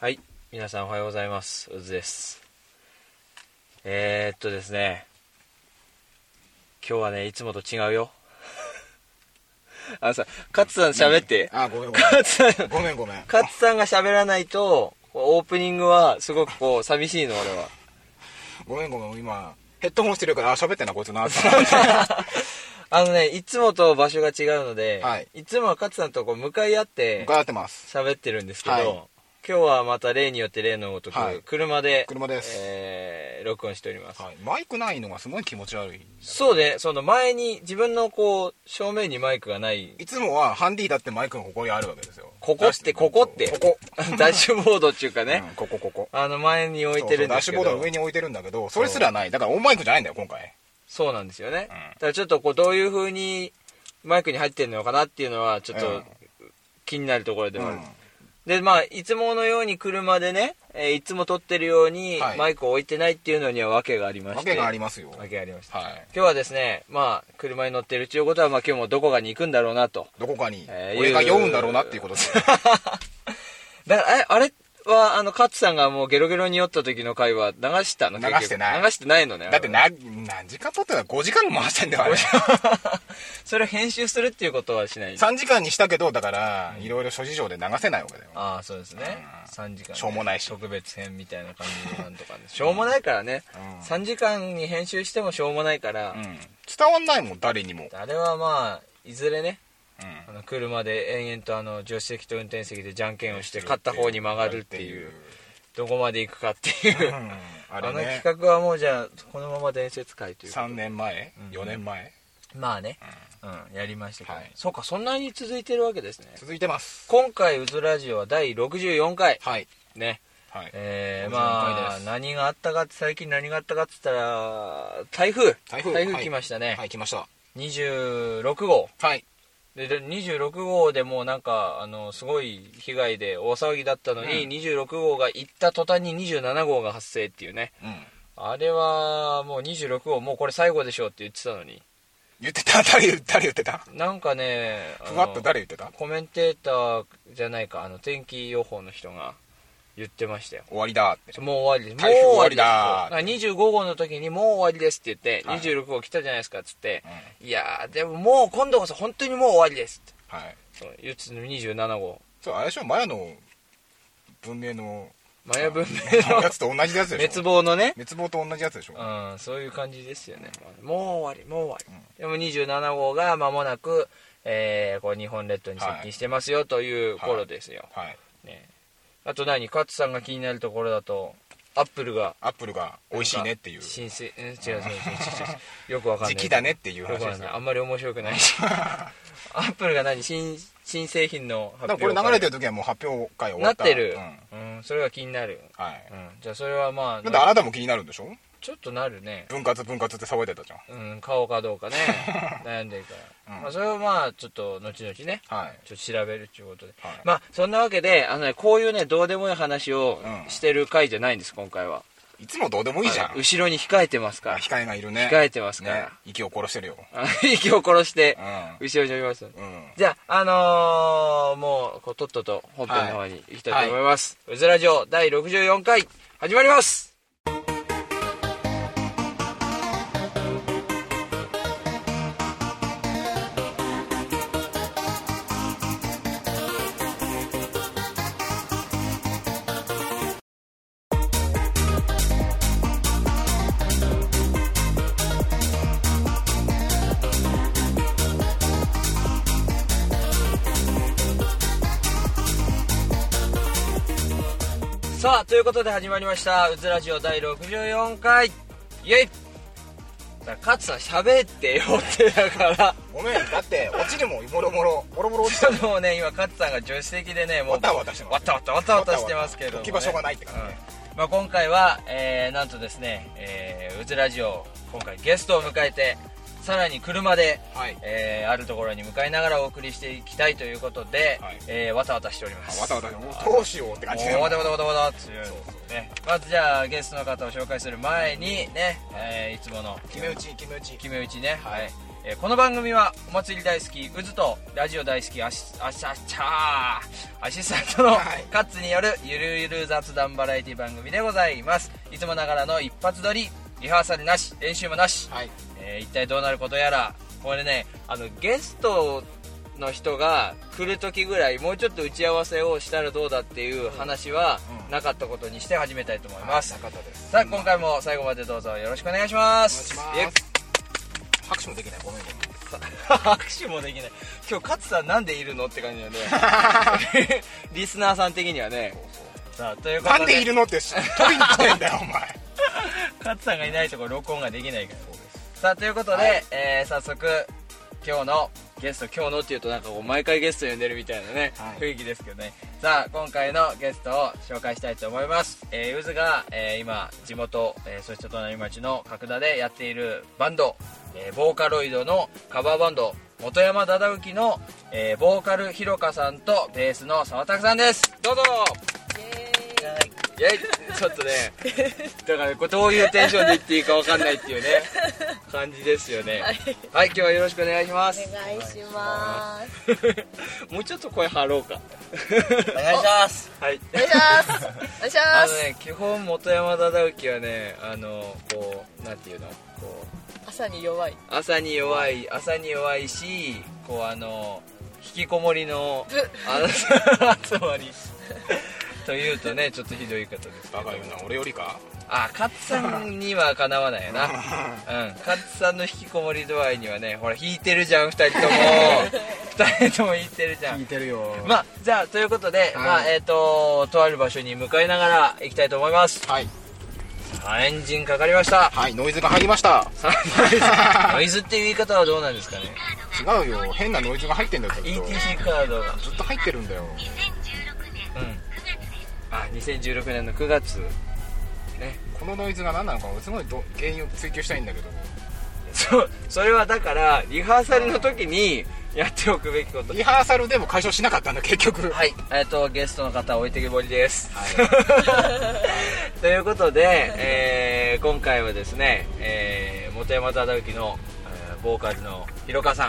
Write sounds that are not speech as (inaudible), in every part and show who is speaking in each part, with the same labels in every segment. Speaker 1: はい皆さんおはようございますうずですえー、っとですね今日はねいつもと違うよあのさ勝さん喋って
Speaker 2: あ、ごめんごめん。
Speaker 1: 勝さん
Speaker 2: ごめんごめん。
Speaker 1: 勝さんが喋らないとオープニングはすごくこう寂しいの俺は
Speaker 2: ごめんごめん。今、ヘッドホンしてるから、あ、喋ってんな、こいつな。
Speaker 1: あのねいつもと場所が違うので、
Speaker 2: はい
Speaker 1: いつもは勝さんとこう向かい合って
Speaker 2: 伺ってます。
Speaker 1: 喋ってるんですけど、
Speaker 2: はい
Speaker 1: 今日はまた例によって例のごとく、
Speaker 2: はい
Speaker 1: 車で
Speaker 2: 車です
Speaker 1: えー録音しております、
Speaker 2: はい。マイクないのがすごい気持ち悪い。
Speaker 1: そうねその前に自分のこう正面にマイクがない
Speaker 2: いつもはハンディだってマイクがここにあるわけですよ。
Speaker 1: ここってここって
Speaker 2: ここ。
Speaker 1: (laughs) ダッシュボードっていうかね
Speaker 2: う、んここここ。
Speaker 1: あの前に置いてるんですけど
Speaker 2: そうそうダッシュボードの上に置いてるんだけど、それすらない。だからオンマイクじゃないんだよ、今回。
Speaker 1: そうなんですよね、
Speaker 2: うん
Speaker 1: だからちょっとこうどういう風にマイクに入ってるのかなっていうのはちょっ
Speaker 2: う
Speaker 1: と
Speaker 2: ん
Speaker 1: 気になるところでもあ
Speaker 2: う
Speaker 1: る、
Speaker 2: ん
Speaker 1: でまあいつものように車でね、えーいつも撮ってるように
Speaker 2: はい
Speaker 1: マイクを置いてないっていうのには訳がありまして
Speaker 2: わけがありますよ。
Speaker 1: 訳がありました
Speaker 2: はい。
Speaker 1: 今日はですねまあ車に乗ってるということは、まあ、今日もどこかに行くんだろうなと
Speaker 2: どこかに
Speaker 1: え、ー
Speaker 2: 俺が酔うんだろうなっていうことです。
Speaker 1: だからえあれはあの勝さんがもうゲロゲロに酔った時の回は流したの
Speaker 2: 流してな
Speaker 1: 結
Speaker 2: い
Speaker 1: 局流してないのね
Speaker 2: だってな、何時間撮ってたら5時間も回してんだよ、あれ。
Speaker 1: (laughs) それを編集するっていうことはしない
Speaker 2: 3時間にしたけど、だから、いろいろ諸事情で流せないわけだよ。
Speaker 1: ああそうですね
Speaker 2: うん
Speaker 1: 3時間ね、
Speaker 2: しょうもないし
Speaker 1: 特別編みたいな感じのなんと
Speaker 2: (laughs)
Speaker 1: かねしょうもないからね、
Speaker 2: うん
Speaker 1: 3時間に編集してもしょうもないから、
Speaker 2: うん。伝わんないもん、誰にも。
Speaker 1: あれはまあいずれね
Speaker 2: うん
Speaker 1: あの車で延々とあの助手席と運転席でじゃんけんをして勝った方に曲がるっていうどこまで行くかっていう、
Speaker 2: うんあ
Speaker 1: あ
Speaker 2: れ
Speaker 1: の
Speaker 2: ね
Speaker 1: 企画はもうじゃあこのまま伝説会という
Speaker 2: 3年前
Speaker 1: うん
Speaker 2: 4年前
Speaker 1: まあね、うんやりましたけど、
Speaker 2: はい
Speaker 1: そうかそんなに続いてるわけですね
Speaker 2: 続いてます
Speaker 1: 今回「うずラジオ」は第64回
Speaker 2: はい
Speaker 1: ね
Speaker 2: はい
Speaker 1: えー、
Speaker 2: 54
Speaker 1: ま
Speaker 2: 回
Speaker 1: あ
Speaker 2: です
Speaker 1: 何があったかって最近何があったかって言ったら台風
Speaker 2: 台風
Speaker 1: 来ましたね、
Speaker 2: はい来ました
Speaker 1: 26号
Speaker 2: はい
Speaker 1: でで26号でもうなんかあのすごい被害で大騒ぎだったのに、
Speaker 2: うん
Speaker 1: 26号が行った途端に27号が発生っていうね
Speaker 2: うん
Speaker 1: あれはもう26号もうこれ最後でしょうって言ってたのに
Speaker 2: 言ってた (laughs) 誰言誰言ってた
Speaker 1: なんかねあの
Speaker 2: ふわっと誰言ってた
Speaker 1: コメンテーターじゃないかあの天気予報の人が言ってましたよ
Speaker 2: 終わりだって
Speaker 1: もう終わりです。もう
Speaker 2: 台風
Speaker 1: 終わり
Speaker 2: 終わ
Speaker 1: です。25号の時にもう終わりですって言って、
Speaker 2: はい
Speaker 1: 26号来たじゃないですかっつって
Speaker 2: う、ん
Speaker 1: いやー、でももう今度こそ本当にもう終わりですって。
Speaker 2: はい
Speaker 1: そう言ってたのに27号。
Speaker 2: そうあれでしょマヤの文明の
Speaker 1: マヤ文明
Speaker 2: や
Speaker 1: の
Speaker 2: つと同じやつでしょ
Speaker 1: 滅亡のね。
Speaker 2: (laughs) 滅亡と同じやつでしょ
Speaker 1: うん、そういう感じですよね。もう終わり、もう終わり。でも27号が間もなく、えーこう日本列島に接近してますよという頃ですよ。
Speaker 2: はい
Speaker 1: ね、あと何勝さんが気になるところだと、アップルが
Speaker 2: アップルが美味しいねっていう
Speaker 1: 新鮮え違う違う違う違う違うよくわかんない
Speaker 2: 時期だねっていう
Speaker 1: よ
Speaker 2: 話
Speaker 1: くわ
Speaker 2: で
Speaker 1: かん
Speaker 2: す
Speaker 1: ない
Speaker 2: よ
Speaker 1: あんまり面白くないし
Speaker 2: (laughs)
Speaker 1: アップルが何新新製品の発
Speaker 2: だから
Speaker 1: 表
Speaker 2: これ流れて
Speaker 1: る
Speaker 2: る時はもう発表会終わ
Speaker 1: な
Speaker 2: っ
Speaker 1: ったてる
Speaker 2: うん、
Speaker 1: うんそれが気になる、
Speaker 2: はい
Speaker 1: うん、じゃあそれはまあ
Speaker 2: だってあなたも気になるんでしょ
Speaker 1: ちょっとなるね、
Speaker 2: 分割分割って騒いでたじゃん
Speaker 1: うん、買おうかどう
Speaker 2: (laughs)
Speaker 1: かね悩んでるから、
Speaker 2: うん
Speaker 1: まあ、それをまあちょっと後々ね
Speaker 2: はい
Speaker 1: ちょっと調べるっていうことで
Speaker 2: はい
Speaker 1: まあそんなわけであの、ね、こういうねどうでもいい話を
Speaker 2: うん
Speaker 1: してる回じゃないんです今回はい
Speaker 2: つもどうでもいいじゃん
Speaker 1: あの後ろに控えてますから
Speaker 2: 控えがいるね
Speaker 1: 控えてますから
Speaker 2: ね息を殺してるよ
Speaker 1: あの (laughs) 息を殺して
Speaker 2: う
Speaker 1: 後ろにおります
Speaker 2: んうん
Speaker 1: じゃあ、あのーもう、こう、とっとと本編の方に行きたいと思います。うずラジオ第64回、始まりますさあ、ということで始まりました、うずラジオ第64回、イェイだから、勝さん喋ってよってだ
Speaker 2: (laughs)
Speaker 1: から、
Speaker 2: ごめんだって落ちるもんもろもろボロボロ落ち
Speaker 1: ち
Speaker 2: た (laughs)
Speaker 1: ょっともうね、今、勝さんが助手席でね、もう、
Speaker 2: わたわたしてま
Speaker 1: わ
Speaker 2: す
Speaker 1: たわたわたわたしてますけどもね、
Speaker 2: 置き場所がないって感じね
Speaker 1: うんまあ、今回は、えーなんとですね、えーうずラジオ今回ゲストを迎えてさらに車で、
Speaker 2: はい
Speaker 1: えーあるところに向かいながらお送りしていきたいということで、
Speaker 2: はい
Speaker 1: えーわたわたしております
Speaker 2: わたわたしてもうどうしようって感じだよ
Speaker 1: もうわたわたわたわたっていう
Speaker 2: そう
Speaker 1: ねまずじゃあゲストの方を紹介する前にね、えーいつもの
Speaker 2: 決め打ち決め打ち
Speaker 1: 決め打ちね、はいえーこの番組はお祭り大好きうずとラジオ大好きアシアシャチャーアシスタントの
Speaker 2: はい
Speaker 1: カッツによるゆるゆる雑談バラエティ番組でございますいつもながらの一発撮りリハーサルなし練習もなし、
Speaker 2: はい
Speaker 1: えー一体どうなることやらこれねあのゲストの人が来る時ぐらいもうちょっと打ち合わせをしたらどうだっていう話は
Speaker 2: うん
Speaker 1: なかったことにして始めたいと思います、
Speaker 2: なかったです
Speaker 1: さあ今回も最後までどうぞよろしくお願いします
Speaker 2: お願いします拍手もできないごめんごめん
Speaker 1: 拍手もできない今日勝さんなんでいるのって感じ (laughs) だよねリスナーさん的にはねさあということ
Speaker 2: な
Speaker 1: で
Speaker 2: んでいるのって取りに来てん (laughs) だよお前
Speaker 1: 勝さんがいないところ録音ができないからさあということで、
Speaker 2: はい
Speaker 1: えー早速今日のゲスト今日のっていうとなんかこう毎回ゲスト呼んでるみたいなね、
Speaker 2: はい
Speaker 1: 雰囲気ですけどねさあ今回のゲストを紹介したいと思います、えー、ゆずが、えー今地元、えーそして隣町の角田でやっているバンド、えーボーカロイドのカバーバンド元山忠之の、えーボーカルひろかさんとベースの沢拓さんですどうぞいやちょっとねだからこれどういうテンションで言っていいかわかんないっていうね感じですよねはい、今日はよろしくお願いします
Speaker 3: お願いします。
Speaker 1: もうちょっと声張ろうか
Speaker 4: お願いします
Speaker 1: はい
Speaker 3: お願いします。お願いし
Speaker 1: あ
Speaker 3: ま
Speaker 1: の
Speaker 3: す。
Speaker 1: ね基本元山忠之はねあのこうなんていうのこう
Speaker 3: 朝に弱い。
Speaker 1: 朝に弱い朝に弱いしこうあの引きこもりの
Speaker 3: ぶ
Speaker 1: あの (laughs) 集まりというとねちょっとひどい言い方ですけど
Speaker 2: バカ言うな俺よりか
Speaker 1: あカッツさんにはかなわないよなうんカッツさんの引きこもり度合いにはねほら引いてるじゃん2人 (laughs) とも2人とも引いてるじゃん
Speaker 2: てるよ
Speaker 1: まあじゃあということで、まあえっ、ととある場所に向かいながら行きたいと思います
Speaker 2: はい
Speaker 1: あエンジンかかりま (laughs) した
Speaker 2: はいノイズが入りました
Speaker 1: さあノイズっていう言い方はどうなんですかね
Speaker 2: 違うよ変なノイズが入ってんだよずっと
Speaker 1: ETC カードが
Speaker 2: ずっと入ってるんだよ
Speaker 1: うんあ2016年の9月
Speaker 2: このノイズが何なのかすごいど原因を追求したいんだけど
Speaker 1: そそれはだからリハーサルの時にやっておくべきこと
Speaker 2: リハーサルでも解消しなかったんだ結局
Speaker 1: はい、えっ、とゲストの方置いてけぼりです。
Speaker 2: は
Speaker 1: (laughs) ということで、えー今回はですね、えー、元山忠之の、えーボーカルのひろかさん、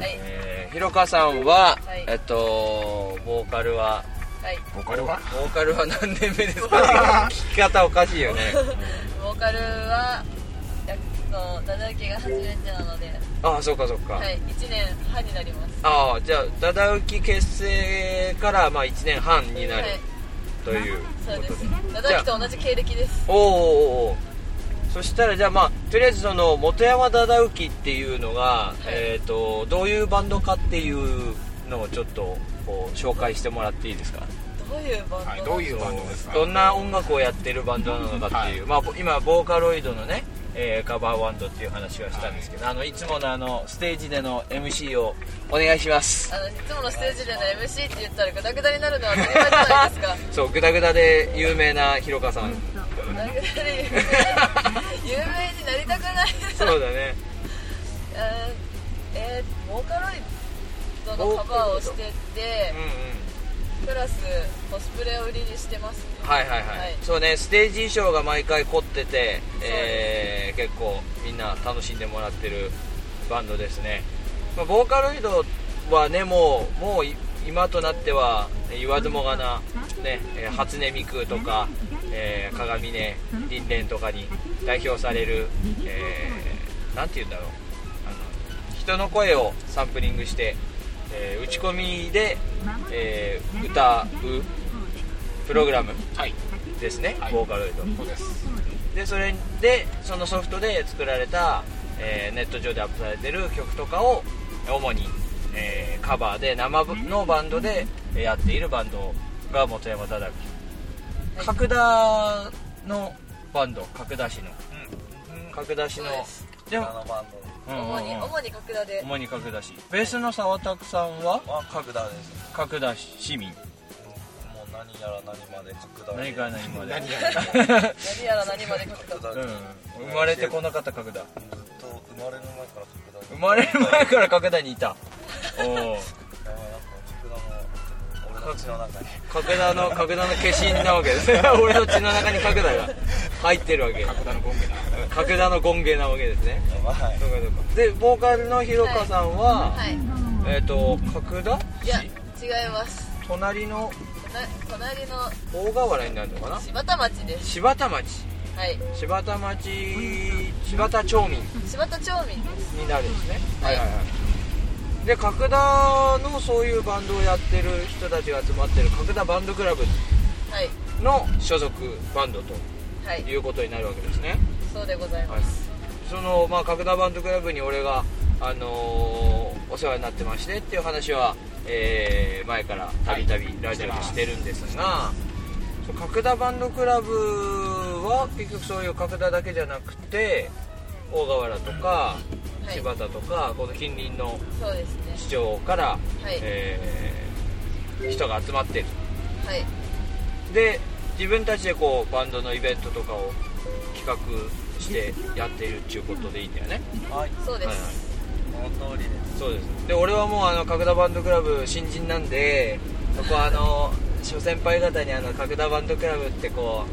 Speaker 3: はい
Speaker 1: えー、ひろかさんは、
Speaker 3: はい
Speaker 1: えっとボーカルは
Speaker 3: はい。
Speaker 2: ボカルは
Speaker 1: ボーカルは何年目です
Speaker 3: (laughs)
Speaker 1: か？聞き方おかしいよね。
Speaker 3: ボーカルはやっとダダウキが初めてなので、
Speaker 1: ああ、そうかそうか。
Speaker 3: はい。一年半になります。
Speaker 1: ああ、じゃあ忠之結成からまあ1年半にな
Speaker 3: は
Speaker 1: る
Speaker 3: い。
Speaker 1: ということ
Speaker 3: そう
Speaker 1: で。
Speaker 3: です。ダダウキと同じ経歴です。
Speaker 1: おーおーおーそしたらじゃあまあとりあえずその元山忠之っていうのが、えっ、とどういうバンドかっていうのをちょっとこう紹介してもらっていいですか
Speaker 3: どういうバンド？
Speaker 2: はいどういう
Speaker 3: う。
Speaker 2: バンドですか
Speaker 1: どんな音楽をやってるバンドなのかっていう、まあぼ今ボーカロイドのね、えーカバーバンドっていう話はしたんですけど、い、あのいつものあのステージでの MC をお願いします
Speaker 3: あのいつものステージでの MC って言ったらグダグダになるのは当たり前じゃないですか。
Speaker 1: (laughs) そうグダグダで有名なひろかさん
Speaker 3: グダグダで有名に有名になりたくないです。
Speaker 1: そうだ
Speaker 3: (laughs)
Speaker 1: ね
Speaker 3: えーえーボーカロイドのカバーをしてて
Speaker 1: うんうん
Speaker 3: プラスコスプレを売りにしてますね
Speaker 1: はいはいはい、
Speaker 3: はい
Speaker 1: そうねステージ衣装が毎回凝ってて、
Speaker 3: す
Speaker 1: えー結構みんな楽しんでもらってるバンドですね、まあ、ボーカロイドはねもうもうい今となっては言わずもがな、ねえー初音ミクとか、えー鏡音凛々とかに代表される、えーなんて言うんだろうあの人の声をサンプリングして、えー打ち込みで、えー歌うプログラム
Speaker 2: はい
Speaker 1: ですね、
Speaker 2: はい
Speaker 1: ボーカロイド
Speaker 2: そうです
Speaker 1: でそれでそのソフトで作られた、えーネット上でアップされてる曲とかを主に、えーカバーで生のバンドでやっているバンドが元山忠之角田のバンド角田市の角田市の
Speaker 3: そうです
Speaker 1: でも
Speaker 4: あのバ
Speaker 1: う
Speaker 4: ン
Speaker 1: んうんうん
Speaker 3: 主に主に角田で
Speaker 1: 主に角田市ベースの沢拓さんは
Speaker 4: ドは角田です
Speaker 1: 角田市民
Speaker 4: もう何やら何まで角田
Speaker 1: 何から何まで
Speaker 2: 何やら
Speaker 3: 何やら何まで角田
Speaker 4: 角田
Speaker 1: (laughs) うん
Speaker 4: ずっ
Speaker 1: 生まれてこなかった角田
Speaker 4: と生まれる前から角田
Speaker 1: 生まれる前から角田にいたおお
Speaker 4: やばいなんか角田も俺の形の中に
Speaker 1: 角田の角田の化身なわけですね (laughs) 俺の血の中に角田が入ってるわけ
Speaker 2: 角田のゴンゲだ
Speaker 1: 角田の権化なわけですね
Speaker 4: やばい
Speaker 1: そうかそうかでボーカルのひろかさんは、
Speaker 3: はい
Speaker 1: えっ、と角田
Speaker 3: いや違います
Speaker 1: 隣の
Speaker 3: とな隣の
Speaker 1: 大河原になるのかな
Speaker 3: 柴田町です
Speaker 1: 柴田町
Speaker 3: はい
Speaker 1: 柴田町柴田町民
Speaker 3: 柴田町民です
Speaker 1: になるんですね
Speaker 3: はい
Speaker 1: いで角田のそういうバンドをやってる人たちが集まってる角田バンドクラブ
Speaker 3: はい
Speaker 1: の所属バンドと
Speaker 3: はい
Speaker 1: いうことになるわけですね
Speaker 3: そうでございます
Speaker 1: そのまあ角田バンドクラブに俺があのーお世話になってましてっていう話は、えー前からたびたびラジオでしてるんですが、そう角田バンドクラブは結局そういう角田だけじゃなくて大河原とか
Speaker 3: はい
Speaker 1: 柴田とか、この近隣の
Speaker 3: そうですね
Speaker 1: 市長から、
Speaker 3: はい
Speaker 1: えー人が集まってる
Speaker 3: はい
Speaker 1: で自分たちでこうバンドのイベントとかを企画してやっているっていうことでいいんだよね
Speaker 4: はい
Speaker 3: そうで
Speaker 1: はいはい
Speaker 3: す
Speaker 4: この通りです
Speaker 1: そうですで俺はもうあの角田バンドクラブ新人なんでそこはあの諸先輩方にあの角田バンドクラブってこ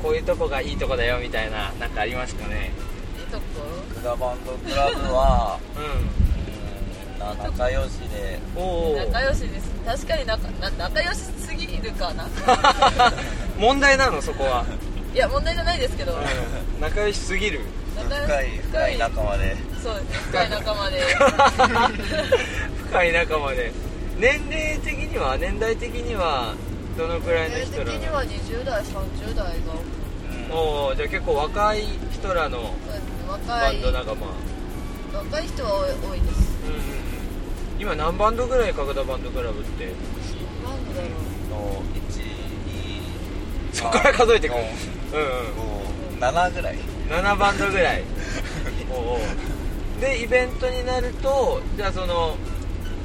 Speaker 1: うこういうとこがいいとこだよみたいななんかありますかね
Speaker 3: いいとこ
Speaker 4: 福田バンドクラブは
Speaker 1: う
Speaker 4: うんな仲良しで
Speaker 1: んおお
Speaker 3: 仲良しです確かに仲な仲良しすぎるか
Speaker 1: (laughs)
Speaker 3: な
Speaker 1: 問題なのそこは、
Speaker 3: いや問題じゃないですけど
Speaker 1: うん、仲良しすぎる
Speaker 4: 深い深い仲間で
Speaker 3: そうですね深い
Speaker 1: (laughs)
Speaker 3: 仲間で (laughs)
Speaker 1: 深い仲間で年齢的には年代的にはどのくらいの
Speaker 3: 年
Speaker 1: 人
Speaker 3: 齢的
Speaker 1: ら
Speaker 3: には20代30代が
Speaker 4: うん
Speaker 1: おおじゃあ結構若い人らの
Speaker 3: そうですね
Speaker 1: バ
Speaker 3: 若い
Speaker 1: ンド仲間、
Speaker 3: 若い人は多い多いです
Speaker 1: うんうんうん今何バンドぐらい角田バンドクラブって
Speaker 3: なんでだろう
Speaker 4: の1 2
Speaker 1: そこから数えてくるうん
Speaker 4: 5 7ぐらい
Speaker 1: うん7バンドぐら
Speaker 3: (laughs)
Speaker 1: いおうおうでイベントになるとじゃあその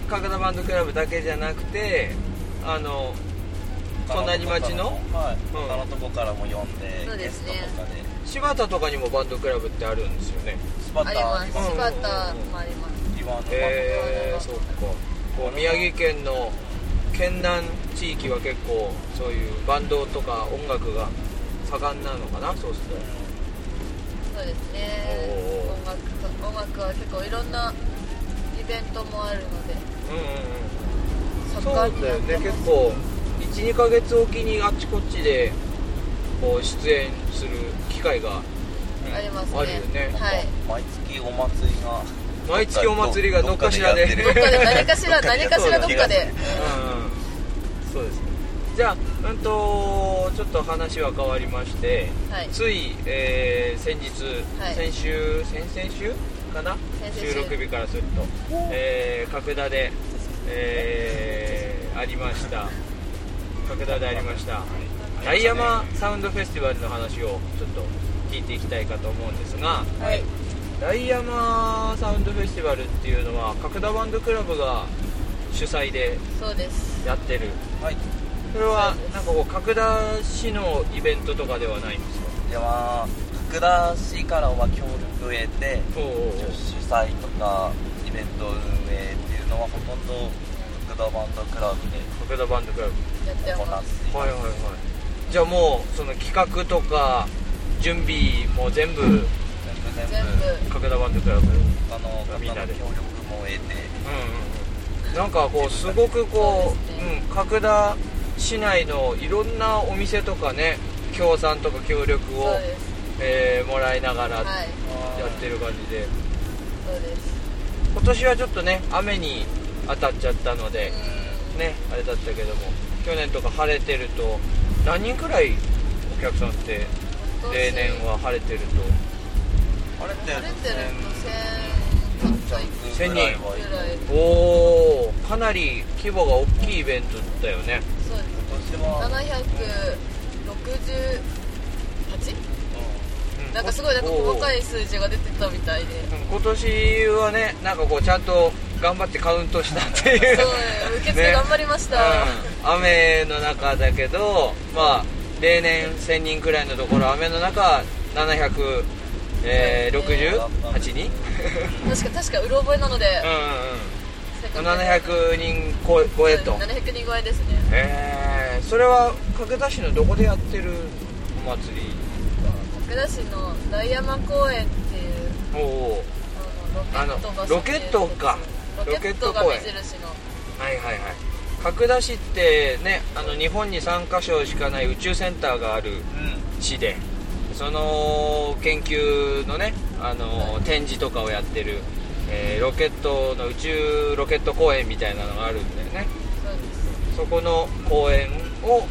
Speaker 1: 角田バンドクラブだけじゃなくてあの隣町の
Speaker 4: はい
Speaker 1: うん
Speaker 4: 他のとこからも呼んで
Speaker 3: そう
Speaker 4: ゲ
Speaker 3: で
Speaker 4: ス
Speaker 3: す
Speaker 4: ト
Speaker 3: ね
Speaker 4: とかで
Speaker 1: 柴田とかにもバンドクラブってあるんですよね
Speaker 4: スパ
Speaker 3: あ
Speaker 4: タ
Speaker 3: ります
Speaker 1: うん
Speaker 3: 柴田もあります
Speaker 4: リバーの
Speaker 1: へえー、そっかこう宮城県の県南地域は結構そういうバンドとか音楽が盛んなのかなそうする
Speaker 3: そうですね
Speaker 1: おー
Speaker 3: 音楽と音楽は結構いろんなイベントもあるので
Speaker 1: とうんうん
Speaker 3: 盛
Speaker 1: うん
Speaker 3: ん
Speaker 1: そう
Speaker 3: に
Speaker 1: だ
Speaker 3: な
Speaker 1: よ
Speaker 3: って
Speaker 1: ね
Speaker 3: ます
Speaker 1: 結構12ヶ月おきにあっちこっちでこう出演する機会が
Speaker 3: ありますね
Speaker 1: あるよね
Speaker 3: はい
Speaker 4: 毎月お祭りが
Speaker 1: 毎月お祭りがどっかしらで
Speaker 4: どっか
Speaker 3: ど
Speaker 4: でや
Speaker 3: っかで何か
Speaker 1: (laughs)
Speaker 3: しら
Speaker 4: どっかで
Speaker 3: 何かしらどっか
Speaker 4: そうだ
Speaker 3: で
Speaker 4: ね
Speaker 1: うんそうですねじゃあうんとちょっと話は変わりまして
Speaker 3: はい
Speaker 1: つい、えー先日、
Speaker 3: はい
Speaker 1: 先週先々週かな
Speaker 3: 先々週
Speaker 1: 収録日からすると、えー角田で、えーありました角田でありましたダイヤマサウンドフェスティバルの話をちょっと聞いていきたいかと思うんですが
Speaker 3: はい
Speaker 1: ダイヤマサウンドフェスティバルっていうのは角田バンドクラブが主催で
Speaker 3: そうです
Speaker 1: やってる
Speaker 4: はい
Speaker 1: それはなんかこう角田市のイベントとかではないんですか
Speaker 4: では角田市からは協力を得て
Speaker 1: おうおうおう
Speaker 4: 主催とかイベント運営っていうのはほとんど角田バンドクラブで
Speaker 1: 角田バンドクラブ
Speaker 3: やって
Speaker 4: 行
Speaker 3: ます
Speaker 4: ってい
Speaker 1: はい
Speaker 4: ま
Speaker 1: はいはいじゃあもうその企画とか準備も全部
Speaker 4: す全部
Speaker 3: 全
Speaker 4: 全部
Speaker 3: 部
Speaker 1: 角田バンドクラブうんうん
Speaker 4: 他の方の
Speaker 1: みん
Speaker 4: 協
Speaker 1: なで
Speaker 4: 力も得て
Speaker 1: うんなんかこうすごくこ
Speaker 3: そう
Speaker 1: う
Speaker 3: ですね
Speaker 1: うん、角田市内のいろんなお店とかね協賛とか協力を
Speaker 3: そう、です
Speaker 1: えーもらいながら
Speaker 3: は
Speaker 1: や
Speaker 3: い
Speaker 1: ってる感じで、
Speaker 3: そうです
Speaker 1: 今年はちょっとね雨に当たっちゃったので、ねあれだったけども去年とか晴れてると何人くらいお客さんって
Speaker 3: 今年
Speaker 1: 例年は晴れてると
Speaker 4: あれって
Speaker 3: 晴れてると1000ちょっといく
Speaker 1: 千人
Speaker 4: ぐらいは
Speaker 3: ぐらい
Speaker 1: おおかなり規模が大きいイベントだよね
Speaker 3: そうです
Speaker 4: 今年は
Speaker 3: 768
Speaker 1: う
Speaker 3: なんかすごいなんか細かい数字が出てたみたいで
Speaker 1: (laughs) うん今年はねなんかこうちゃんと頑張ってカウントしたっていう
Speaker 3: そう受付頑張りました、
Speaker 1: うん雨の中だけどまあ例年1000人くらいのところ雨の中768、えー68人
Speaker 3: 確か確かうろ覚えなので、
Speaker 1: (laughs) うんうんうん
Speaker 3: 700
Speaker 1: 700
Speaker 3: 人
Speaker 1: 人超え超えと
Speaker 3: 700人超えですね
Speaker 1: えー、それは掛田市のどこでやってるお祭り
Speaker 3: 武田市の大山公園って
Speaker 1: お
Speaker 3: いう
Speaker 1: お
Speaker 3: あのロケット場所
Speaker 1: ロケット
Speaker 3: っていうとこです
Speaker 1: か
Speaker 3: ロケットが
Speaker 1: ロ
Speaker 3: 目
Speaker 1: ケット公園
Speaker 3: 印の
Speaker 1: はいはいはい角田市ってねあの日本に3カ所しかない宇宙センターがある
Speaker 4: うん
Speaker 1: 市でその研究のねあの展示とかをやってる、えーロケットの宇宙ロケット公園みたいなのがあるんだよね
Speaker 3: そうです
Speaker 1: そこの公園を、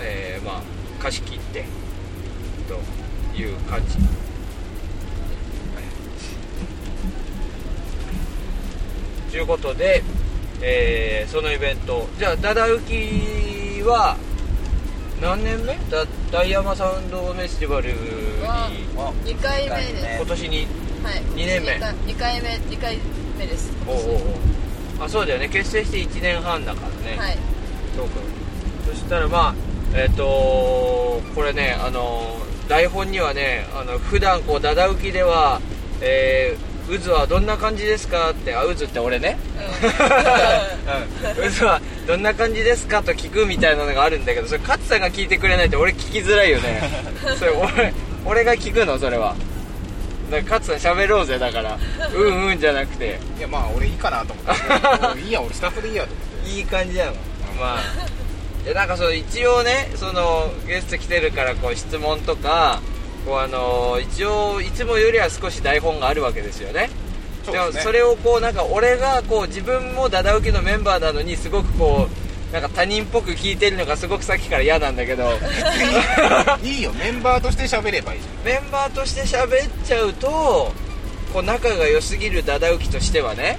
Speaker 1: えーまあ貸し切ってという感じということで、えーそのイベントじゃあダダウキは何年目だダイヤマサウンドフェスティバルに
Speaker 3: わ
Speaker 4: あ
Speaker 3: 2回目です、
Speaker 1: 今年に
Speaker 3: はい
Speaker 1: 二年目
Speaker 3: 2回目2回目です
Speaker 1: おうおうおうあそうだよね結成して1年半だからね、
Speaker 3: はい
Speaker 1: そうかそしたらまあえっ、とこれねあの台本にはねあの普段こうダダウキでは「えー、渦はどんな感じですか?」ってあ渦って俺ね (laughs) うん渦はどんな感じですかと聞くみたいなのがあるんだけどそれ勝さんが聞いてくれないと俺聞きづらいよねそれ俺俺が聞くのそれはだから勝さん喋ろうぜだからうんうんじゃなくて
Speaker 2: いやまあ俺いいかなと思ってもういいや俺スタッフでいいやと思って
Speaker 1: いい感じなのまあでなんかその一応ねそのゲスト来てるからこう質問とかこうあの一応いつもよりは少し台本があるわけですよね
Speaker 2: そうですね
Speaker 1: もそれをこうなんか俺がこう自分もダダウキのメンバーなのにすごくこうなんか他人っぽく聞いてるのがすごくさっきから嫌なんだけ
Speaker 2: (laughs)
Speaker 1: ど
Speaker 2: いいよメンバーとして喋ればいいじ
Speaker 1: メンバーとして喋っちゃうとこう仲が良すぎるダダウキとしてはね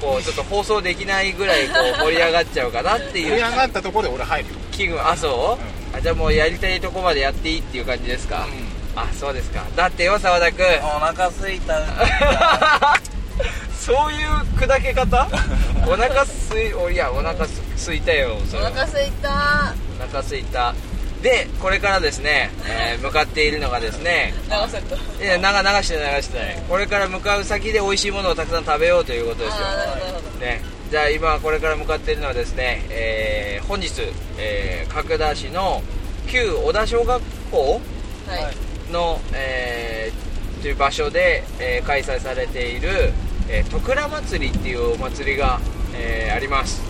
Speaker 1: こうちょっと放送できないぐらいこう盛り上がっちゃうかなって
Speaker 2: ゃ
Speaker 1: い
Speaker 2: ん
Speaker 1: う
Speaker 2: 盛り上がったところで俺入るよ
Speaker 1: 器具あそう、あじゃあもうやりたいとこまでやっていいっていう感じですか、
Speaker 2: う
Speaker 1: あそうですかだってよ澤田君
Speaker 4: お腹すいた
Speaker 1: (laughs) そういう砕け
Speaker 3: (laughs)
Speaker 1: 方お腹すいおいやお腹すすいたよそ
Speaker 3: お
Speaker 1: れは
Speaker 3: 腹すいた
Speaker 1: お腹すいたでこれからですね、えー向かっているのがですね
Speaker 3: 流せた
Speaker 1: いや流流してない流してないこれから向かう先で美味しいものをたくさん食べようということですよ
Speaker 3: あーなるほどなるほど
Speaker 1: ね、じゃあ今これから向かっているのはですね、えー本日、えー角田市の旧小田小学校
Speaker 3: はい、
Speaker 4: はい
Speaker 1: の、えーという場所で、えー開催されている、えー、徳良祭りっていうお祭りが、えーあります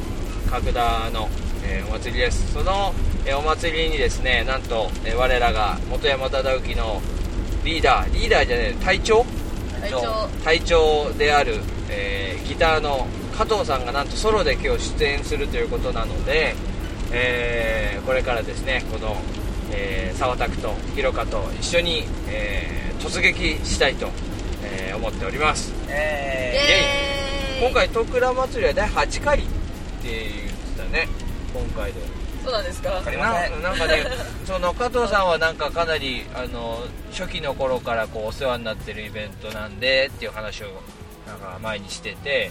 Speaker 1: 角田の、えーお祭りですその、えーお祭りにですねなんと、えー我らが元山忠之のリーダーリーダーじゃない隊長
Speaker 3: 体調
Speaker 1: 隊長である、えーギターの加藤さんがなんとソロで今日出演するということなので、えーこれからですねこの、えー、沢拓とひろかと一緒に、えー突撃したいと、えー思っております
Speaker 3: イ
Speaker 4: え
Speaker 3: エーイ
Speaker 1: 今回徳良祭りは第8回って言ってたね今回で
Speaker 3: そうなんですか
Speaker 4: かりません
Speaker 1: ななんかね (laughs) その加藤さんはなんかかなりあの初期の頃からこうお世話になってるイベントなんでっていう話をなんか前にしてて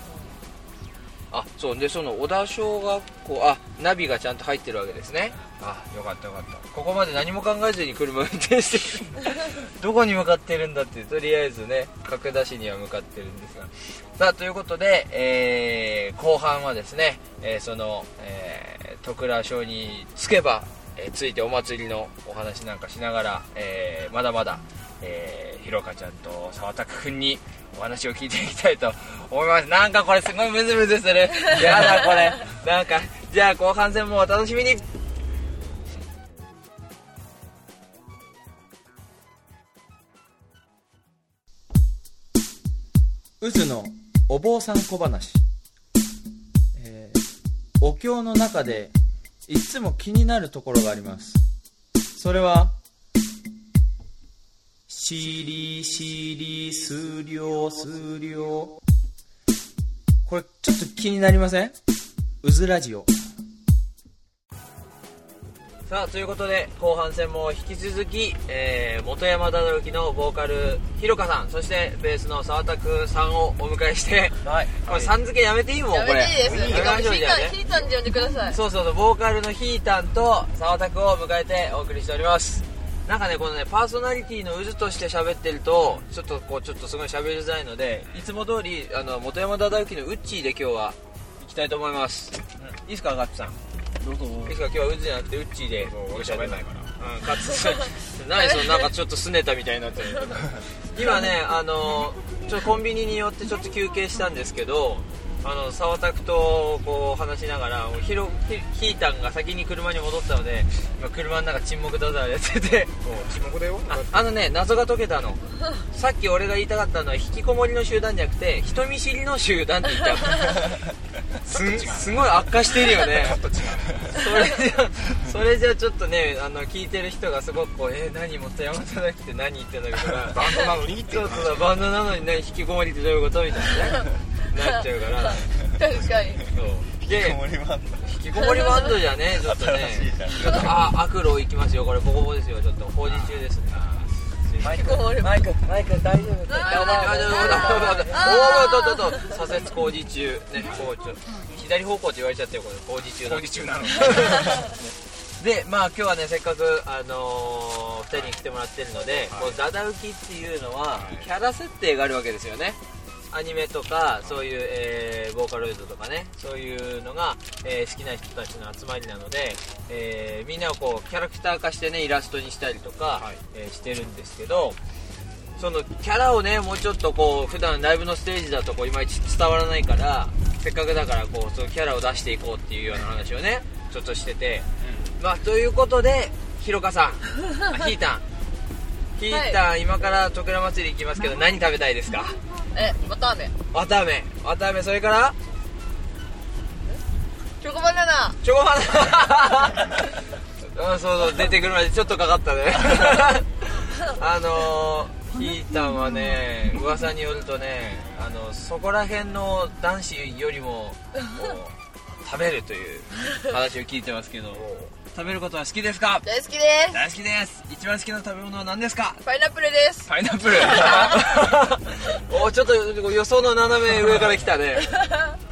Speaker 1: あそうでその小田小学校あナビがちゃんと入ってるわけですねあよかったよかったここまで何も考えずに車運転してる (laughs) どこに向かってるんだっていうとりあえずね角田市には向かってるんですがさあということで、えー後半はですね、えーその、えー、徳良賞につけば、えーついてお祭りのお話なんかしながら、えーまだまだ、えー、ひろかちゃんと沢田くんにお話を聞いていきたいと思いますなんかこれすごいムズムズするやだこれなんかじゃあ後半戦もお楽しみに
Speaker 5: うずのお坊さん小話、えーお経の中でいつも気になるところがありますそれは「しりしりすりょうすりょう」これちょっと気になりませんうずラジオ
Speaker 1: さあということで後半戦も引き続き、えー、元山忠之のボーカルひろかさんそしてベースの沢田くんさんをお迎えして
Speaker 4: ー、はい
Speaker 1: これさん付けやめていいもん
Speaker 3: や
Speaker 1: これ
Speaker 3: めていいです
Speaker 1: やめましょう
Speaker 3: ヒー
Speaker 1: じゃあ
Speaker 3: タンヒ
Speaker 1: ね
Speaker 3: ータンで呼んでください
Speaker 1: そうそうそうボーカルのひーたんと沢田くんを迎えてお送りしておりますなんかねこのねパーソナリティの渦として喋ってるとちょっとこうちょっとすごい喋りづらいのでいつも通りあの元山忠之のウッチーで今日はきたいと思います、いいっすかガッツさん
Speaker 4: どうぞ
Speaker 1: いいっすか今日はうずじゃなくてウッチーで
Speaker 2: そう俺喋んないから
Speaker 1: うん、かつさん何そのなんかちょっと拗ねたみたいになってる今ねあのちょっとコンビニに寄ってちょっと休憩したんですけどあの沢拓とこう話しながらもうヒロヒヒータンが先に車に戻ったので今車の中沈黙だだやってて
Speaker 2: そう沈黙だよ
Speaker 1: ああのね謎が解けたのさっき俺が言いたかったのは引きこもりの集団じゃなくて人見知りの集団って言ったのすすごい悪化してるよね
Speaker 2: ちょっと違う
Speaker 1: それじゃそれじゃちょっとねあの聞いてる人がすごくこう「えー、何もっと山田だって何言ってんだけどな」
Speaker 2: バンドなのにって
Speaker 1: ちょっとさバンドなのに何引きこもりってどういうことみたいなねなっちゃうから
Speaker 3: 確かに
Speaker 1: そう
Speaker 4: 引き
Speaker 1: で
Speaker 4: こもりバンド
Speaker 1: 引きこもりバンドじゃねちょっとね
Speaker 4: 新しいな
Speaker 1: ちょっとあ悪路行きますよこれボコボコですよちょっと工事中ですね
Speaker 4: マイ
Speaker 3: 引きこもり
Speaker 4: クマイクマイク大丈
Speaker 3: あ
Speaker 4: 夫
Speaker 1: あ
Speaker 3: ー
Speaker 1: ー
Speaker 3: あ
Speaker 1: おーおーおーおーおー
Speaker 3: ー
Speaker 1: おーおーおーおー左折工事中ね工事左方向って言われちゃったよこれ工事中だ
Speaker 2: 工事中なのに
Speaker 1: (laughs) でまあ今日はねせっかくあのー、2人に来てもらってるので、
Speaker 2: はい
Speaker 1: こうダダ浮きっていうのは、
Speaker 2: はい
Speaker 1: キャラ設定があるわけですよねアニメとかそういう、えーボーカロイドとかねそういうのが、えー好きな人たちの集まりなので、えーみんなをこうキャラクター化してねイラストにしたりとか、
Speaker 2: はい
Speaker 1: えーしてるんですけどそのキャラをねもうちょっとこう普段ライブのステージだとこういまいち伝わらないからせっかくだからこうそのキャラを出していこうっていうような話をねちょっとしてて、まあということでひろかさん (laughs) あひーたんひーたん、今から徳良祭り行きますけど何食べたいですか
Speaker 3: えまたね
Speaker 1: わたあめわたあめそれから
Speaker 3: チョコバナナ
Speaker 1: チョコハナあそうそう出てくるまでちょっとかかったねあのー、ひーたんはね噂によるとねあのそこら辺の男子よりもこう食べるという話を聞いてますけど食べることは好きですか
Speaker 3: 大好きです
Speaker 1: 大好きです一番好きな食べ物は何ですか
Speaker 3: パイナップルです
Speaker 1: パイナップルおちょっと予想の斜め上から来たね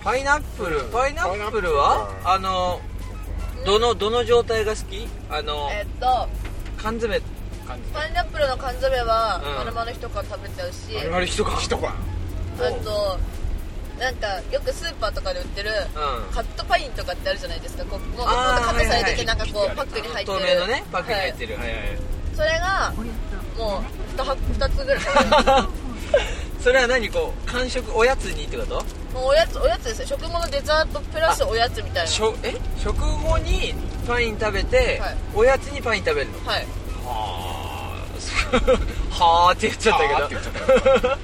Speaker 1: パイナップルパイナップルはあのどのどの状態が好きあの
Speaker 3: えっと
Speaker 1: 缶詰
Speaker 2: 感じ
Speaker 3: パイナップルの缶詰は
Speaker 1: うん
Speaker 3: 丸々一缶食べちゃうし、
Speaker 1: あれ一缶
Speaker 2: 一晩
Speaker 3: あとなんかよくスーパーとかで売ってる、
Speaker 1: うん
Speaker 3: カットパインとかってあるじゃないですかこうもうもっと
Speaker 1: あー
Speaker 3: カットされてて、
Speaker 1: はいはい
Speaker 3: なんかこうパックに入ってる
Speaker 1: 透明のねパックに入って
Speaker 3: る、
Speaker 1: る、はい (laughs) はい
Speaker 3: はいそれがもう 2, 2つぐらい食べる
Speaker 1: それは何こう完食おやつにってこと
Speaker 3: もうおやつおやつですよ食後のデザートプラスおやつみたい
Speaker 1: し
Speaker 3: な
Speaker 1: ょえ食後にパイン食べて、
Speaker 3: はい
Speaker 1: おやつにパイン食べるの
Speaker 3: はい
Speaker 1: はあ (laughs) はあって言っちゃ
Speaker 2: はあ
Speaker 1: っ
Speaker 2: って
Speaker 1: た
Speaker 2: 言っちゃった
Speaker 1: けど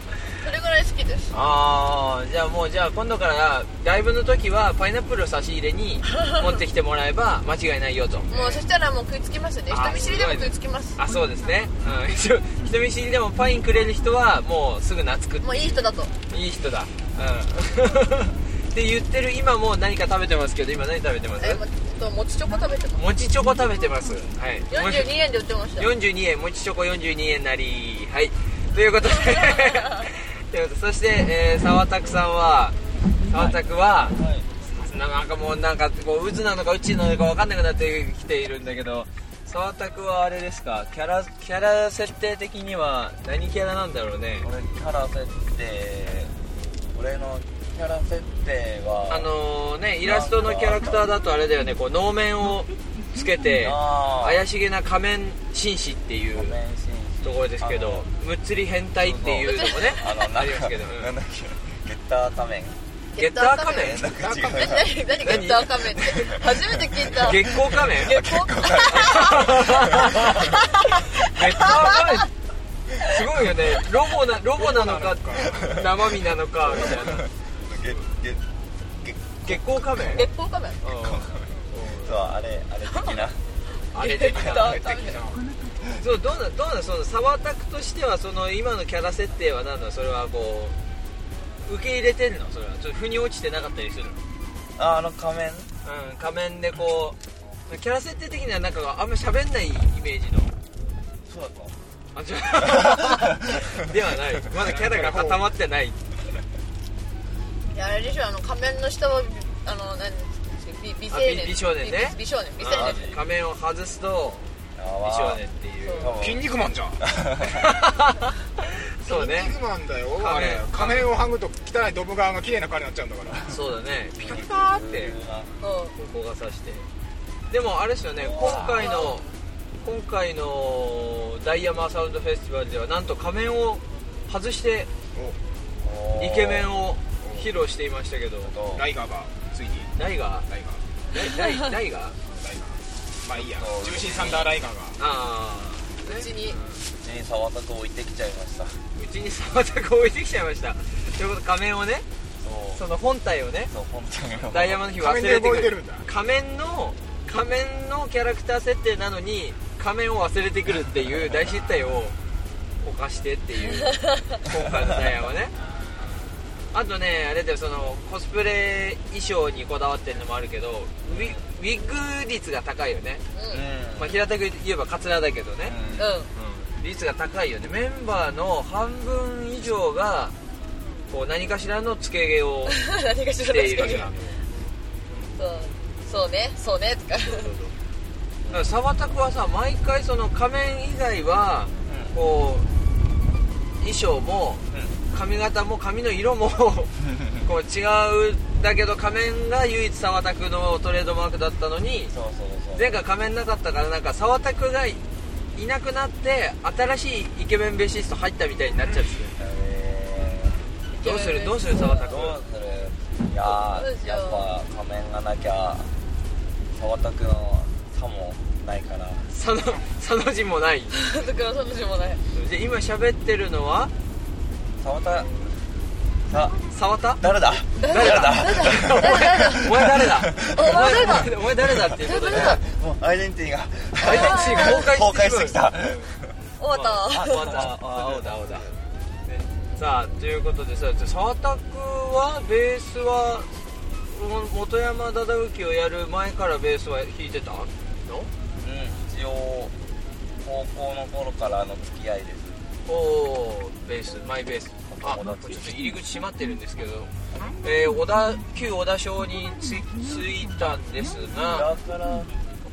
Speaker 3: それぐらい好きです
Speaker 1: ああじゃあもうじゃあ今度からライブの時はパイナップルを差し入れ
Speaker 3: (laughs)
Speaker 1: に持ってきてもらえば間違いないよと
Speaker 3: もうそしたらもう食いつきますよね
Speaker 1: あー
Speaker 3: 人見知りでも食いつきます
Speaker 1: あそうですね、うん、 (laughs) 一応人見知りでもパインくれる人はもうすぐ懐く
Speaker 3: もういい人だと
Speaker 1: いい人だうん (laughs) って言ってる今もう何か食べてますけど今何食べてます
Speaker 3: えもっともちチョコ食べてます
Speaker 1: もちチョコ食べてますはい
Speaker 3: 42円で売ってました
Speaker 1: 42円もちチョコ42円なりはいということ
Speaker 3: (laughs)
Speaker 1: でということでそして、えー、沢拓さんは沢拓は、
Speaker 4: はい
Speaker 1: なんかもうなんかこう渦なのかうちなのか分かんなくなってきているんだけど沢田君はあれですかキャラキャラ設定的には何キャラなんだろうね
Speaker 4: 俺キャラ設定俺のキャラ設定は
Speaker 1: あのねイラストのキャラクターだとあれだよねこう能面をつけて
Speaker 4: あー
Speaker 1: 怪しげな仮面紳士っていう
Speaker 4: ごめんしん
Speaker 1: ところですけどむっつり変態っていうのもね
Speaker 4: あのなんか
Speaker 1: ありますけど、
Speaker 4: なんだっけゲッター仮面
Speaker 1: ゲッター仮面
Speaker 3: ゲ
Speaker 4: なんか違うな
Speaker 3: え (laughs) 何何ゲッター仮面って初めて聞い
Speaker 1: (laughs)
Speaker 3: た
Speaker 1: 月光仮面
Speaker 3: 月光仮面
Speaker 1: めっちゃ赤い (laughs) すごいよねロボなロボなのか生身なのかみたいな
Speaker 4: ゲゲゲ
Speaker 1: 月光仮面
Speaker 3: 月光仮面
Speaker 4: そうあれあれ的な
Speaker 1: あれ的
Speaker 3: ゲッ
Speaker 1: な
Speaker 3: ター仮面
Speaker 1: そうどうなどうなその沢田君としてはその今のキャラ設定は何なのそれはこう受け入れてんのそれはちょっと腑に落ちてなかったりするの、
Speaker 4: ああの仮面
Speaker 1: うん、仮面でこうキャラ設定的にはなんかあんま喋んないイメージの
Speaker 4: そうだった
Speaker 1: あちょ (laughs) ではないまだキャラが固まってない
Speaker 3: いやあれでしょあの仮面の下はあの何ですか美美青
Speaker 1: あ
Speaker 3: 年
Speaker 1: 美美少年ね
Speaker 3: 美美少年美青
Speaker 1: あ
Speaker 3: 年
Speaker 1: ー仮面を外すと
Speaker 2: (laughs)
Speaker 4: あ
Speaker 1: 美少年っていう
Speaker 3: そう
Speaker 2: 筋肉マンじゃん
Speaker 1: そうね
Speaker 2: ピグマンだよ
Speaker 1: 仮
Speaker 2: あ
Speaker 1: 面
Speaker 2: れ仮面をはぐと汚いドブ側が綺麗な顔になっちゃうんだから
Speaker 1: そうだねピカピカーって高校がさしてでもあれですよね今回の今回のダイヤマーサウンドフェスティバルではなんと仮面を外してイケメンを披露していましたけど
Speaker 2: おライガーがついに
Speaker 1: ライガ
Speaker 2: ライガー
Speaker 1: ーライライライガー
Speaker 2: ライガーまあいいや
Speaker 4: そう
Speaker 2: 重心サンダーライガーが
Speaker 1: ああ
Speaker 3: うちに
Speaker 4: うちに沢田く置いてきちゃいましたそう
Speaker 1: うちに沢田が置いてきちゃいましたということで仮面をねその本体をね
Speaker 4: そう本当に
Speaker 1: ダイヤマの日忘れ
Speaker 2: 仮
Speaker 1: て
Speaker 2: 面で
Speaker 1: く
Speaker 2: 動いてるんだ
Speaker 1: 仮面の仮面のキャラクター設定なのに仮面を忘れてくるっていう大失態を犯してっていう今回のダイヤはねあとねあれだよそのコスプレ衣装にこだわってるのもあるけどウィウィッグ率が高いよね、
Speaker 4: うん
Speaker 1: まあ、平たく言えばカツラだけどね、
Speaker 4: うん
Speaker 3: うん (laughs)
Speaker 1: 率が高いよねメンバーの半分以上がこう何かしらの付け毛を
Speaker 3: 何かし
Speaker 1: し
Speaker 3: ら
Speaker 1: てい
Speaker 3: 確か
Speaker 1: るじゃ
Speaker 3: に (laughs) そう
Speaker 1: ん
Speaker 3: そうねそうねとか (laughs)
Speaker 1: だから沢田君はさ毎回その仮面以外はこう衣装も髪型も髪の色もこう違うだけど仮面が唯一沢田君のトレードマークだったのに
Speaker 4: そうそうそう
Speaker 1: 前回仮面なかったからなんか沢田君がいいなくなって新しいイケメンベーシスト入ったみたいになっちゃって
Speaker 4: だね
Speaker 1: どうするどうする沢田
Speaker 4: ど
Speaker 1: 君
Speaker 4: うするいやーやっぱ仮面がなきゃ沢田くんの差もないから
Speaker 1: そのその字もない
Speaker 3: だから楽しもない
Speaker 1: で今喋ってるのは
Speaker 4: 沢田さ
Speaker 1: 沢田
Speaker 4: 誰だ誰だ
Speaker 1: お前お前誰だ
Speaker 3: お前誰だ
Speaker 1: お前誰だっていうことで
Speaker 4: もうアイデンティティが
Speaker 1: アイデンティティ崩壊してしまう
Speaker 4: 崩壊してきた
Speaker 3: 終わった
Speaker 1: 青だ青だ青だねさあということでさ沢田君はベースはも元山忠之をやる前からベースは弾いてたの
Speaker 4: うん一応高校の頃からの付き合いです
Speaker 1: おおベースマイベースあちょっと入り口閉まってるんですけど、えー、小田旧小田省につ着いたんですが
Speaker 4: だから
Speaker 3: こ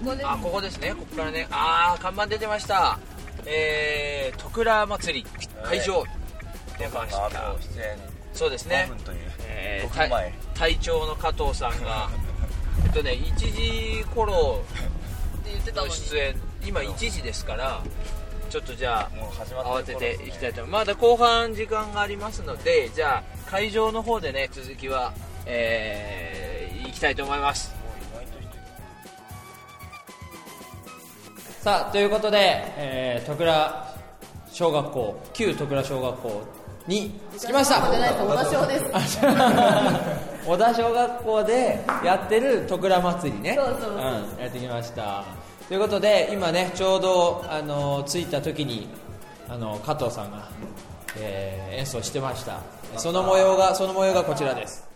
Speaker 3: こで
Speaker 1: あここですねここからねああ看板出てましたえー、徳良祭り会場出まし
Speaker 4: あ
Speaker 1: た
Speaker 4: の出演
Speaker 1: そうです
Speaker 4: 5
Speaker 1: ね
Speaker 4: 分という、
Speaker 1: えー
Speaker 4: 5分前
Speaker 1: 隊長の加藤さんがえっとね1時頃
Speaker 3: って言ってたの
Speaker 1: の
Speaker 3: に
Speaker 1: 出演今1時ですからちょっとじゃあ
Speaker 4: もう始まった
Speaker 1: 慌
Speaker 4: と
Speaker 1: て
Speaker 4: ころ
Speaker 1: て
Speaker 4: ですね
Speaker 1: いきたいと思いますまだ後半時間がありますのでじゃあ会場の方でね続きはえー、行きたいと思います
Speaker 4: もう意外と人いる
Speaker 5: さあということで、えー、徳良小学校旧徳良小学校に着きましたあそう (laughs) 小田小学校でやってる徳良祭りね、
Speaker 3: そうそうそうん
Speaker 5: やってきましたということで今ねちょうどあの着いた時にあの加藤さんが、えー演奏してましたその模様がその模様がこちらです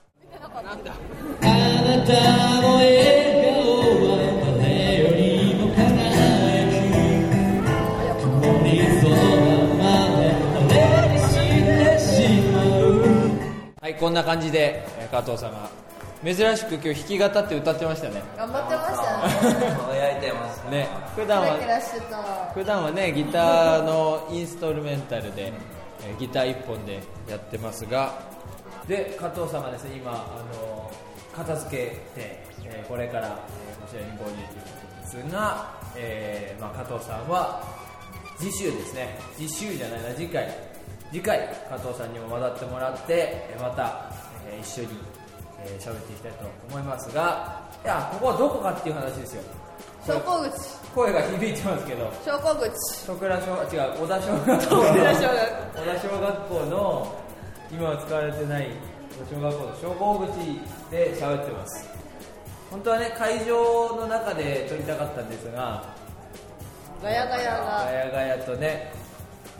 Speaker 5: はいこんな感じでえー加藤さんが珍しく今日弾き語って歌ってましたね
Speaker 6: 頑張ってましたね。
Speaker 4: 輝いてます
Speaker 5: ね普段は
Speaker 6: キラキラしてた。
Speaker 5: 普段はねギターのインストルメンタルで、えーギター1本でやってますがで加藤さんがですね今、あのー片付けて、えーこれから、えーこちらに購入ということですが、えーまあ、加藤さんは次週ですね次週じゃないな次回次回加藤さんにも混ざってもらってえーまた、えー一緒にえー喋、っていきたいと思いますがいやここはどこかっていう話ですよ
Speaker 6: 昇降口、
Speaker 5: 声が響いてますけど
Speaker 6: 昇降口。
Speaker 5: 徳良小違う小田小学校の小田小学校の今は使われてない小学校の消防口で喋ってます本当はね会場の中で撮りたかったんですが
Speaker 6: ガヤガヤ
Speaker 5: ガ
Speaker 3: (laughs)
Speaker 6: が。
Speaker 5: ヤガヤとね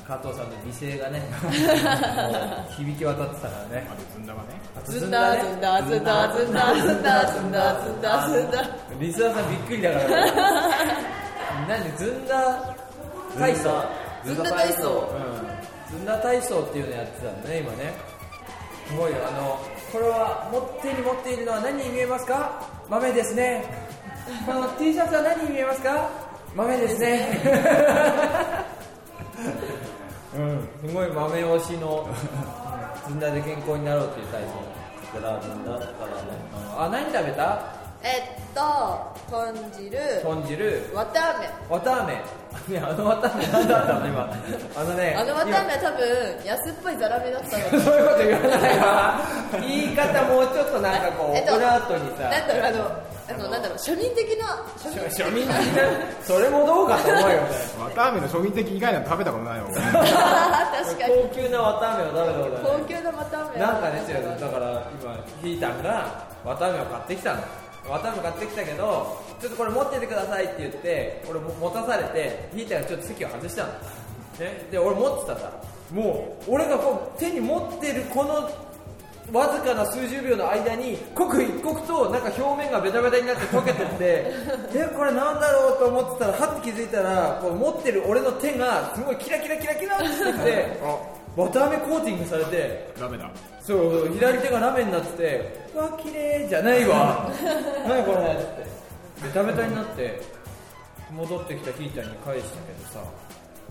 Speaker 5: 加藤さんの美声が (laughs) ねもう響き渡ってたからね
Speaker 2: あれずんだがね
Speaker 5: あと
Speaker 3: ずんだずんだずんだずんだずんだずんだずんだずんだ
Speaker 5: リスナーさんびっくりだから何でずんだ体操
Speaker 3: ずんだ体操
Speaker 5: うんずんだ体操っていうのやってたんだね今ねすごいよあのこれは持って手に持っているのは何に見えますか豆ですねこの T シャ
Speaker 3: (laughs)
Speaker 5: ツは何に見えますか豆ですねうん、すごい豆推しのずんだで健康になろうっていう体操
Speaker 4: だからみんなだからね
Speaker 5: あ何食べた
Speaker 6: えっと豚汁
Speaker 5: 豚汁
Speaker 6: わたあめ
Speaker 5: わたあめねあのわたあめ何だったの今あのね
Speaker 6: あのわたあめは多分安っぽいザラメだったの
Speaker 5: そういうこと言わないわ言い方もうちょっとなんかこう
Speaker 6: えっと
Speaker 5: オブラートにさ
Speaker 6: なんだろうあのあのなんだろう庶民的な庶民
Speaker 5: 庶民的なそれもどうかと思うよね
Speaker 2: わたあめの庶民的以外なの食べたことないよ俺
Speaker 6: 確かに
Speaker 5: 高級なわたあめを食べたことない
Speaker 6: 高級なわたあめ
Speaker 5: なんかね、違う、だから今、ひーたんが、わたあめを買ってきたの。わたあめ買ってきたけど、ちょっとこれ持っててくださいって言って、俺も持たされて、ひーたんがちょっと席を外したの。ね、で、俺持ってたさ、もう、俺がこう、手に持ってるこの、わずかな数十秒の間に刻一刻となんか表面がベタベタになって溶けてって (laughs) えこれなんだろうと思ってたらはって気づいたらこう持ってる俺の手がすごいキラキラキラキラってしててわ (laughs) たあめコーティングされて
Speaker 2: ダメだ
Speaker 5: そう左手がラメになってて「うわ綺麗じゃない (laughs) わ何これ」ってベタベタになって戻ってきたひーちゃんに返したけどさ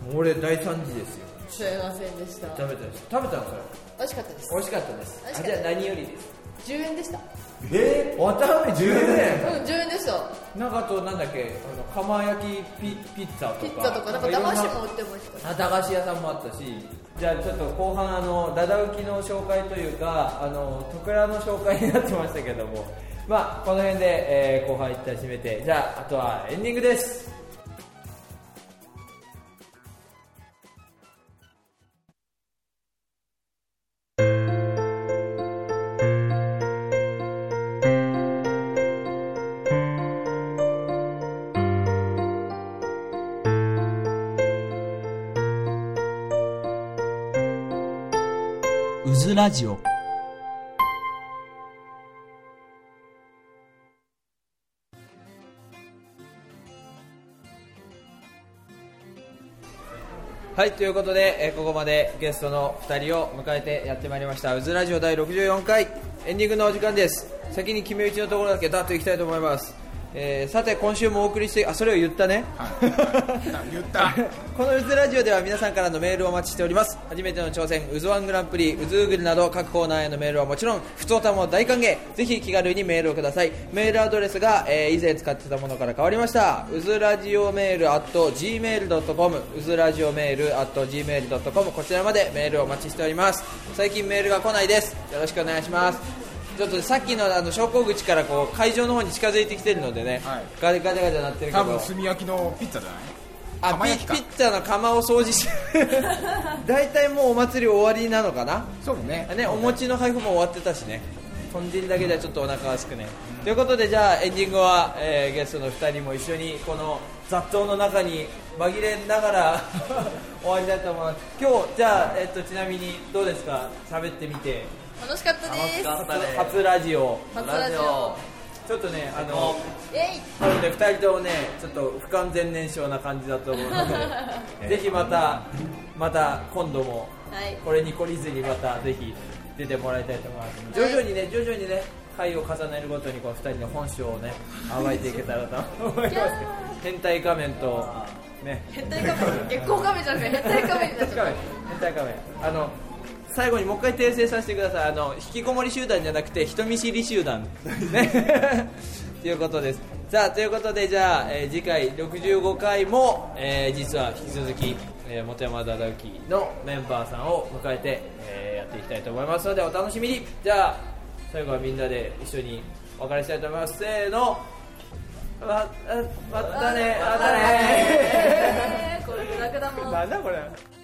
Speaker 5: もう俺大惨事ですよ
Speaker 6: すいませんでした
Speaker 5: 食べたです食べたんですよ
Speaker 6: 美味しかったです
Speaker 5: 美味しかったです
Speaker 6: 美味
Speaker 5: あ
Speaker 6: し
Speaker 5: じ
Speaker 6: か
Speaker 5: ゃ
Speaker 6: っ
Speaker 5: あ
Speaker 6: た
Speaker 5: 何よりです
Speaker 6: 10円でした
Speaker 5: えー、わたあめ10円
Speaker 6: うん10円でした
Speaker 5: なんかあとなんだっけあの釜焼きピピッツァとか
Speaker 6: ピッツァとかなんか
Speaker 5: いろ
Speaker 6: 騙しても売ってました
Speaker 5: あ駄菓子屋さんもあったしじゃあちょっと後半あのダダウキの紹介というかあのトクラの紹介になってましたけどもまあこの辺で、えー後半一旦締めてじゃああとはエンディングですうずラジオはいということで、えーここまでゲストの2人を迎えてやってまいりました「うずラジオ第64回」エンディングのお時間です先に決め打ちのところだけダッといきたいと思います、えーさて今週もお送りしてあそれを言ったね、
Speaker 2: (laughs) 言 (laughs) った
Speaker 5: (laughs) このうずラジオでは皆さんからのメールをお待ちしております初めての挑戦うずワングランプリうずうぐるなど各コーナーへのメールはもちろんふつおたも大歓迎ぜひ気軽にメールをくださいメールアドレスが、えー以前使ってたものから変わりましたうずラジオメール at gmail.com うずラジオメール at gmail.com こちらまでメールをお待ちしております最近メールが来ないですよろしくお願いしますちょっとさっきのあの昇降口からこう会場の方に近づいてきてるのでね、
Speaker 2: はい
Speaker 5: ガチャガチャガチャなってるけ
Speaker 2: 多
Speaker 5: ど
Speaker 2: 分炭焼きのピッツァじゃない
Speaker 5: あ
Speaker 2: 釜
Speaker 5: ピ
Speaker 2: 焼きか
Speaker 5: ピッツァの釜を掃
Speaker 2: (laughs)
Speaker 5: 除してる大体もうお祭り終わりなのかな
Speaker 2: そうね
Speaker 5: ねお餅の配布も終わってたしね豚汁だけではちょっとお腹がすくね、ということでじゃあエンディングは、えーゲストの2人も一緒にこの雑踏の中に紛れながら (laughs) 終わりだと思います今日じゃあ、えっとちなみにどうですか喋ってみて
Speaker 6: 楽しかったです
Speaker 4: 楽しかったです
Speaker 5: 初ラジオ
Speaker 6: 初ラジオ
Speaker 5: ちょっとねあの
Speaker 6: イェイ
Speaker 5: なので2人ともねちょっと不完全燃焼な感じだと思うのでぜひまたまた今度も
Speaker 6: (laughs) はい
Speaker 5: これに懲りずにまたぜひ出てもらいたいと思います徐々にね徐々にね回を重ねるごとにこう2人の本性をね暴いていけたらと思います
Speaker 6: キャー
Speaker 5: 変態仮面とね
Speaker 6: 変態カメ月光カメじゃなくて変態カメになっ
Speaker 5: (laughs)
Speaker 6: ちゃった
Speaker 5: 変態仮面あの最後にもう一回訂正させてくださいあの引きこもり集団じゃなくて人見知り集団ねということですさあということでじゃあ、えー次回65回も、えー実は引き続き、えー、元山忠之のメンバーさんを迎えて、えーやっていきたいと思いますのでお楽しみにじゃあ最後はみんなで一緒にお別れしたいと思いますせーのままたねまたね
Speaker 6: (laughs) えーこれグダグダもん
Speaker 5: なんだこれ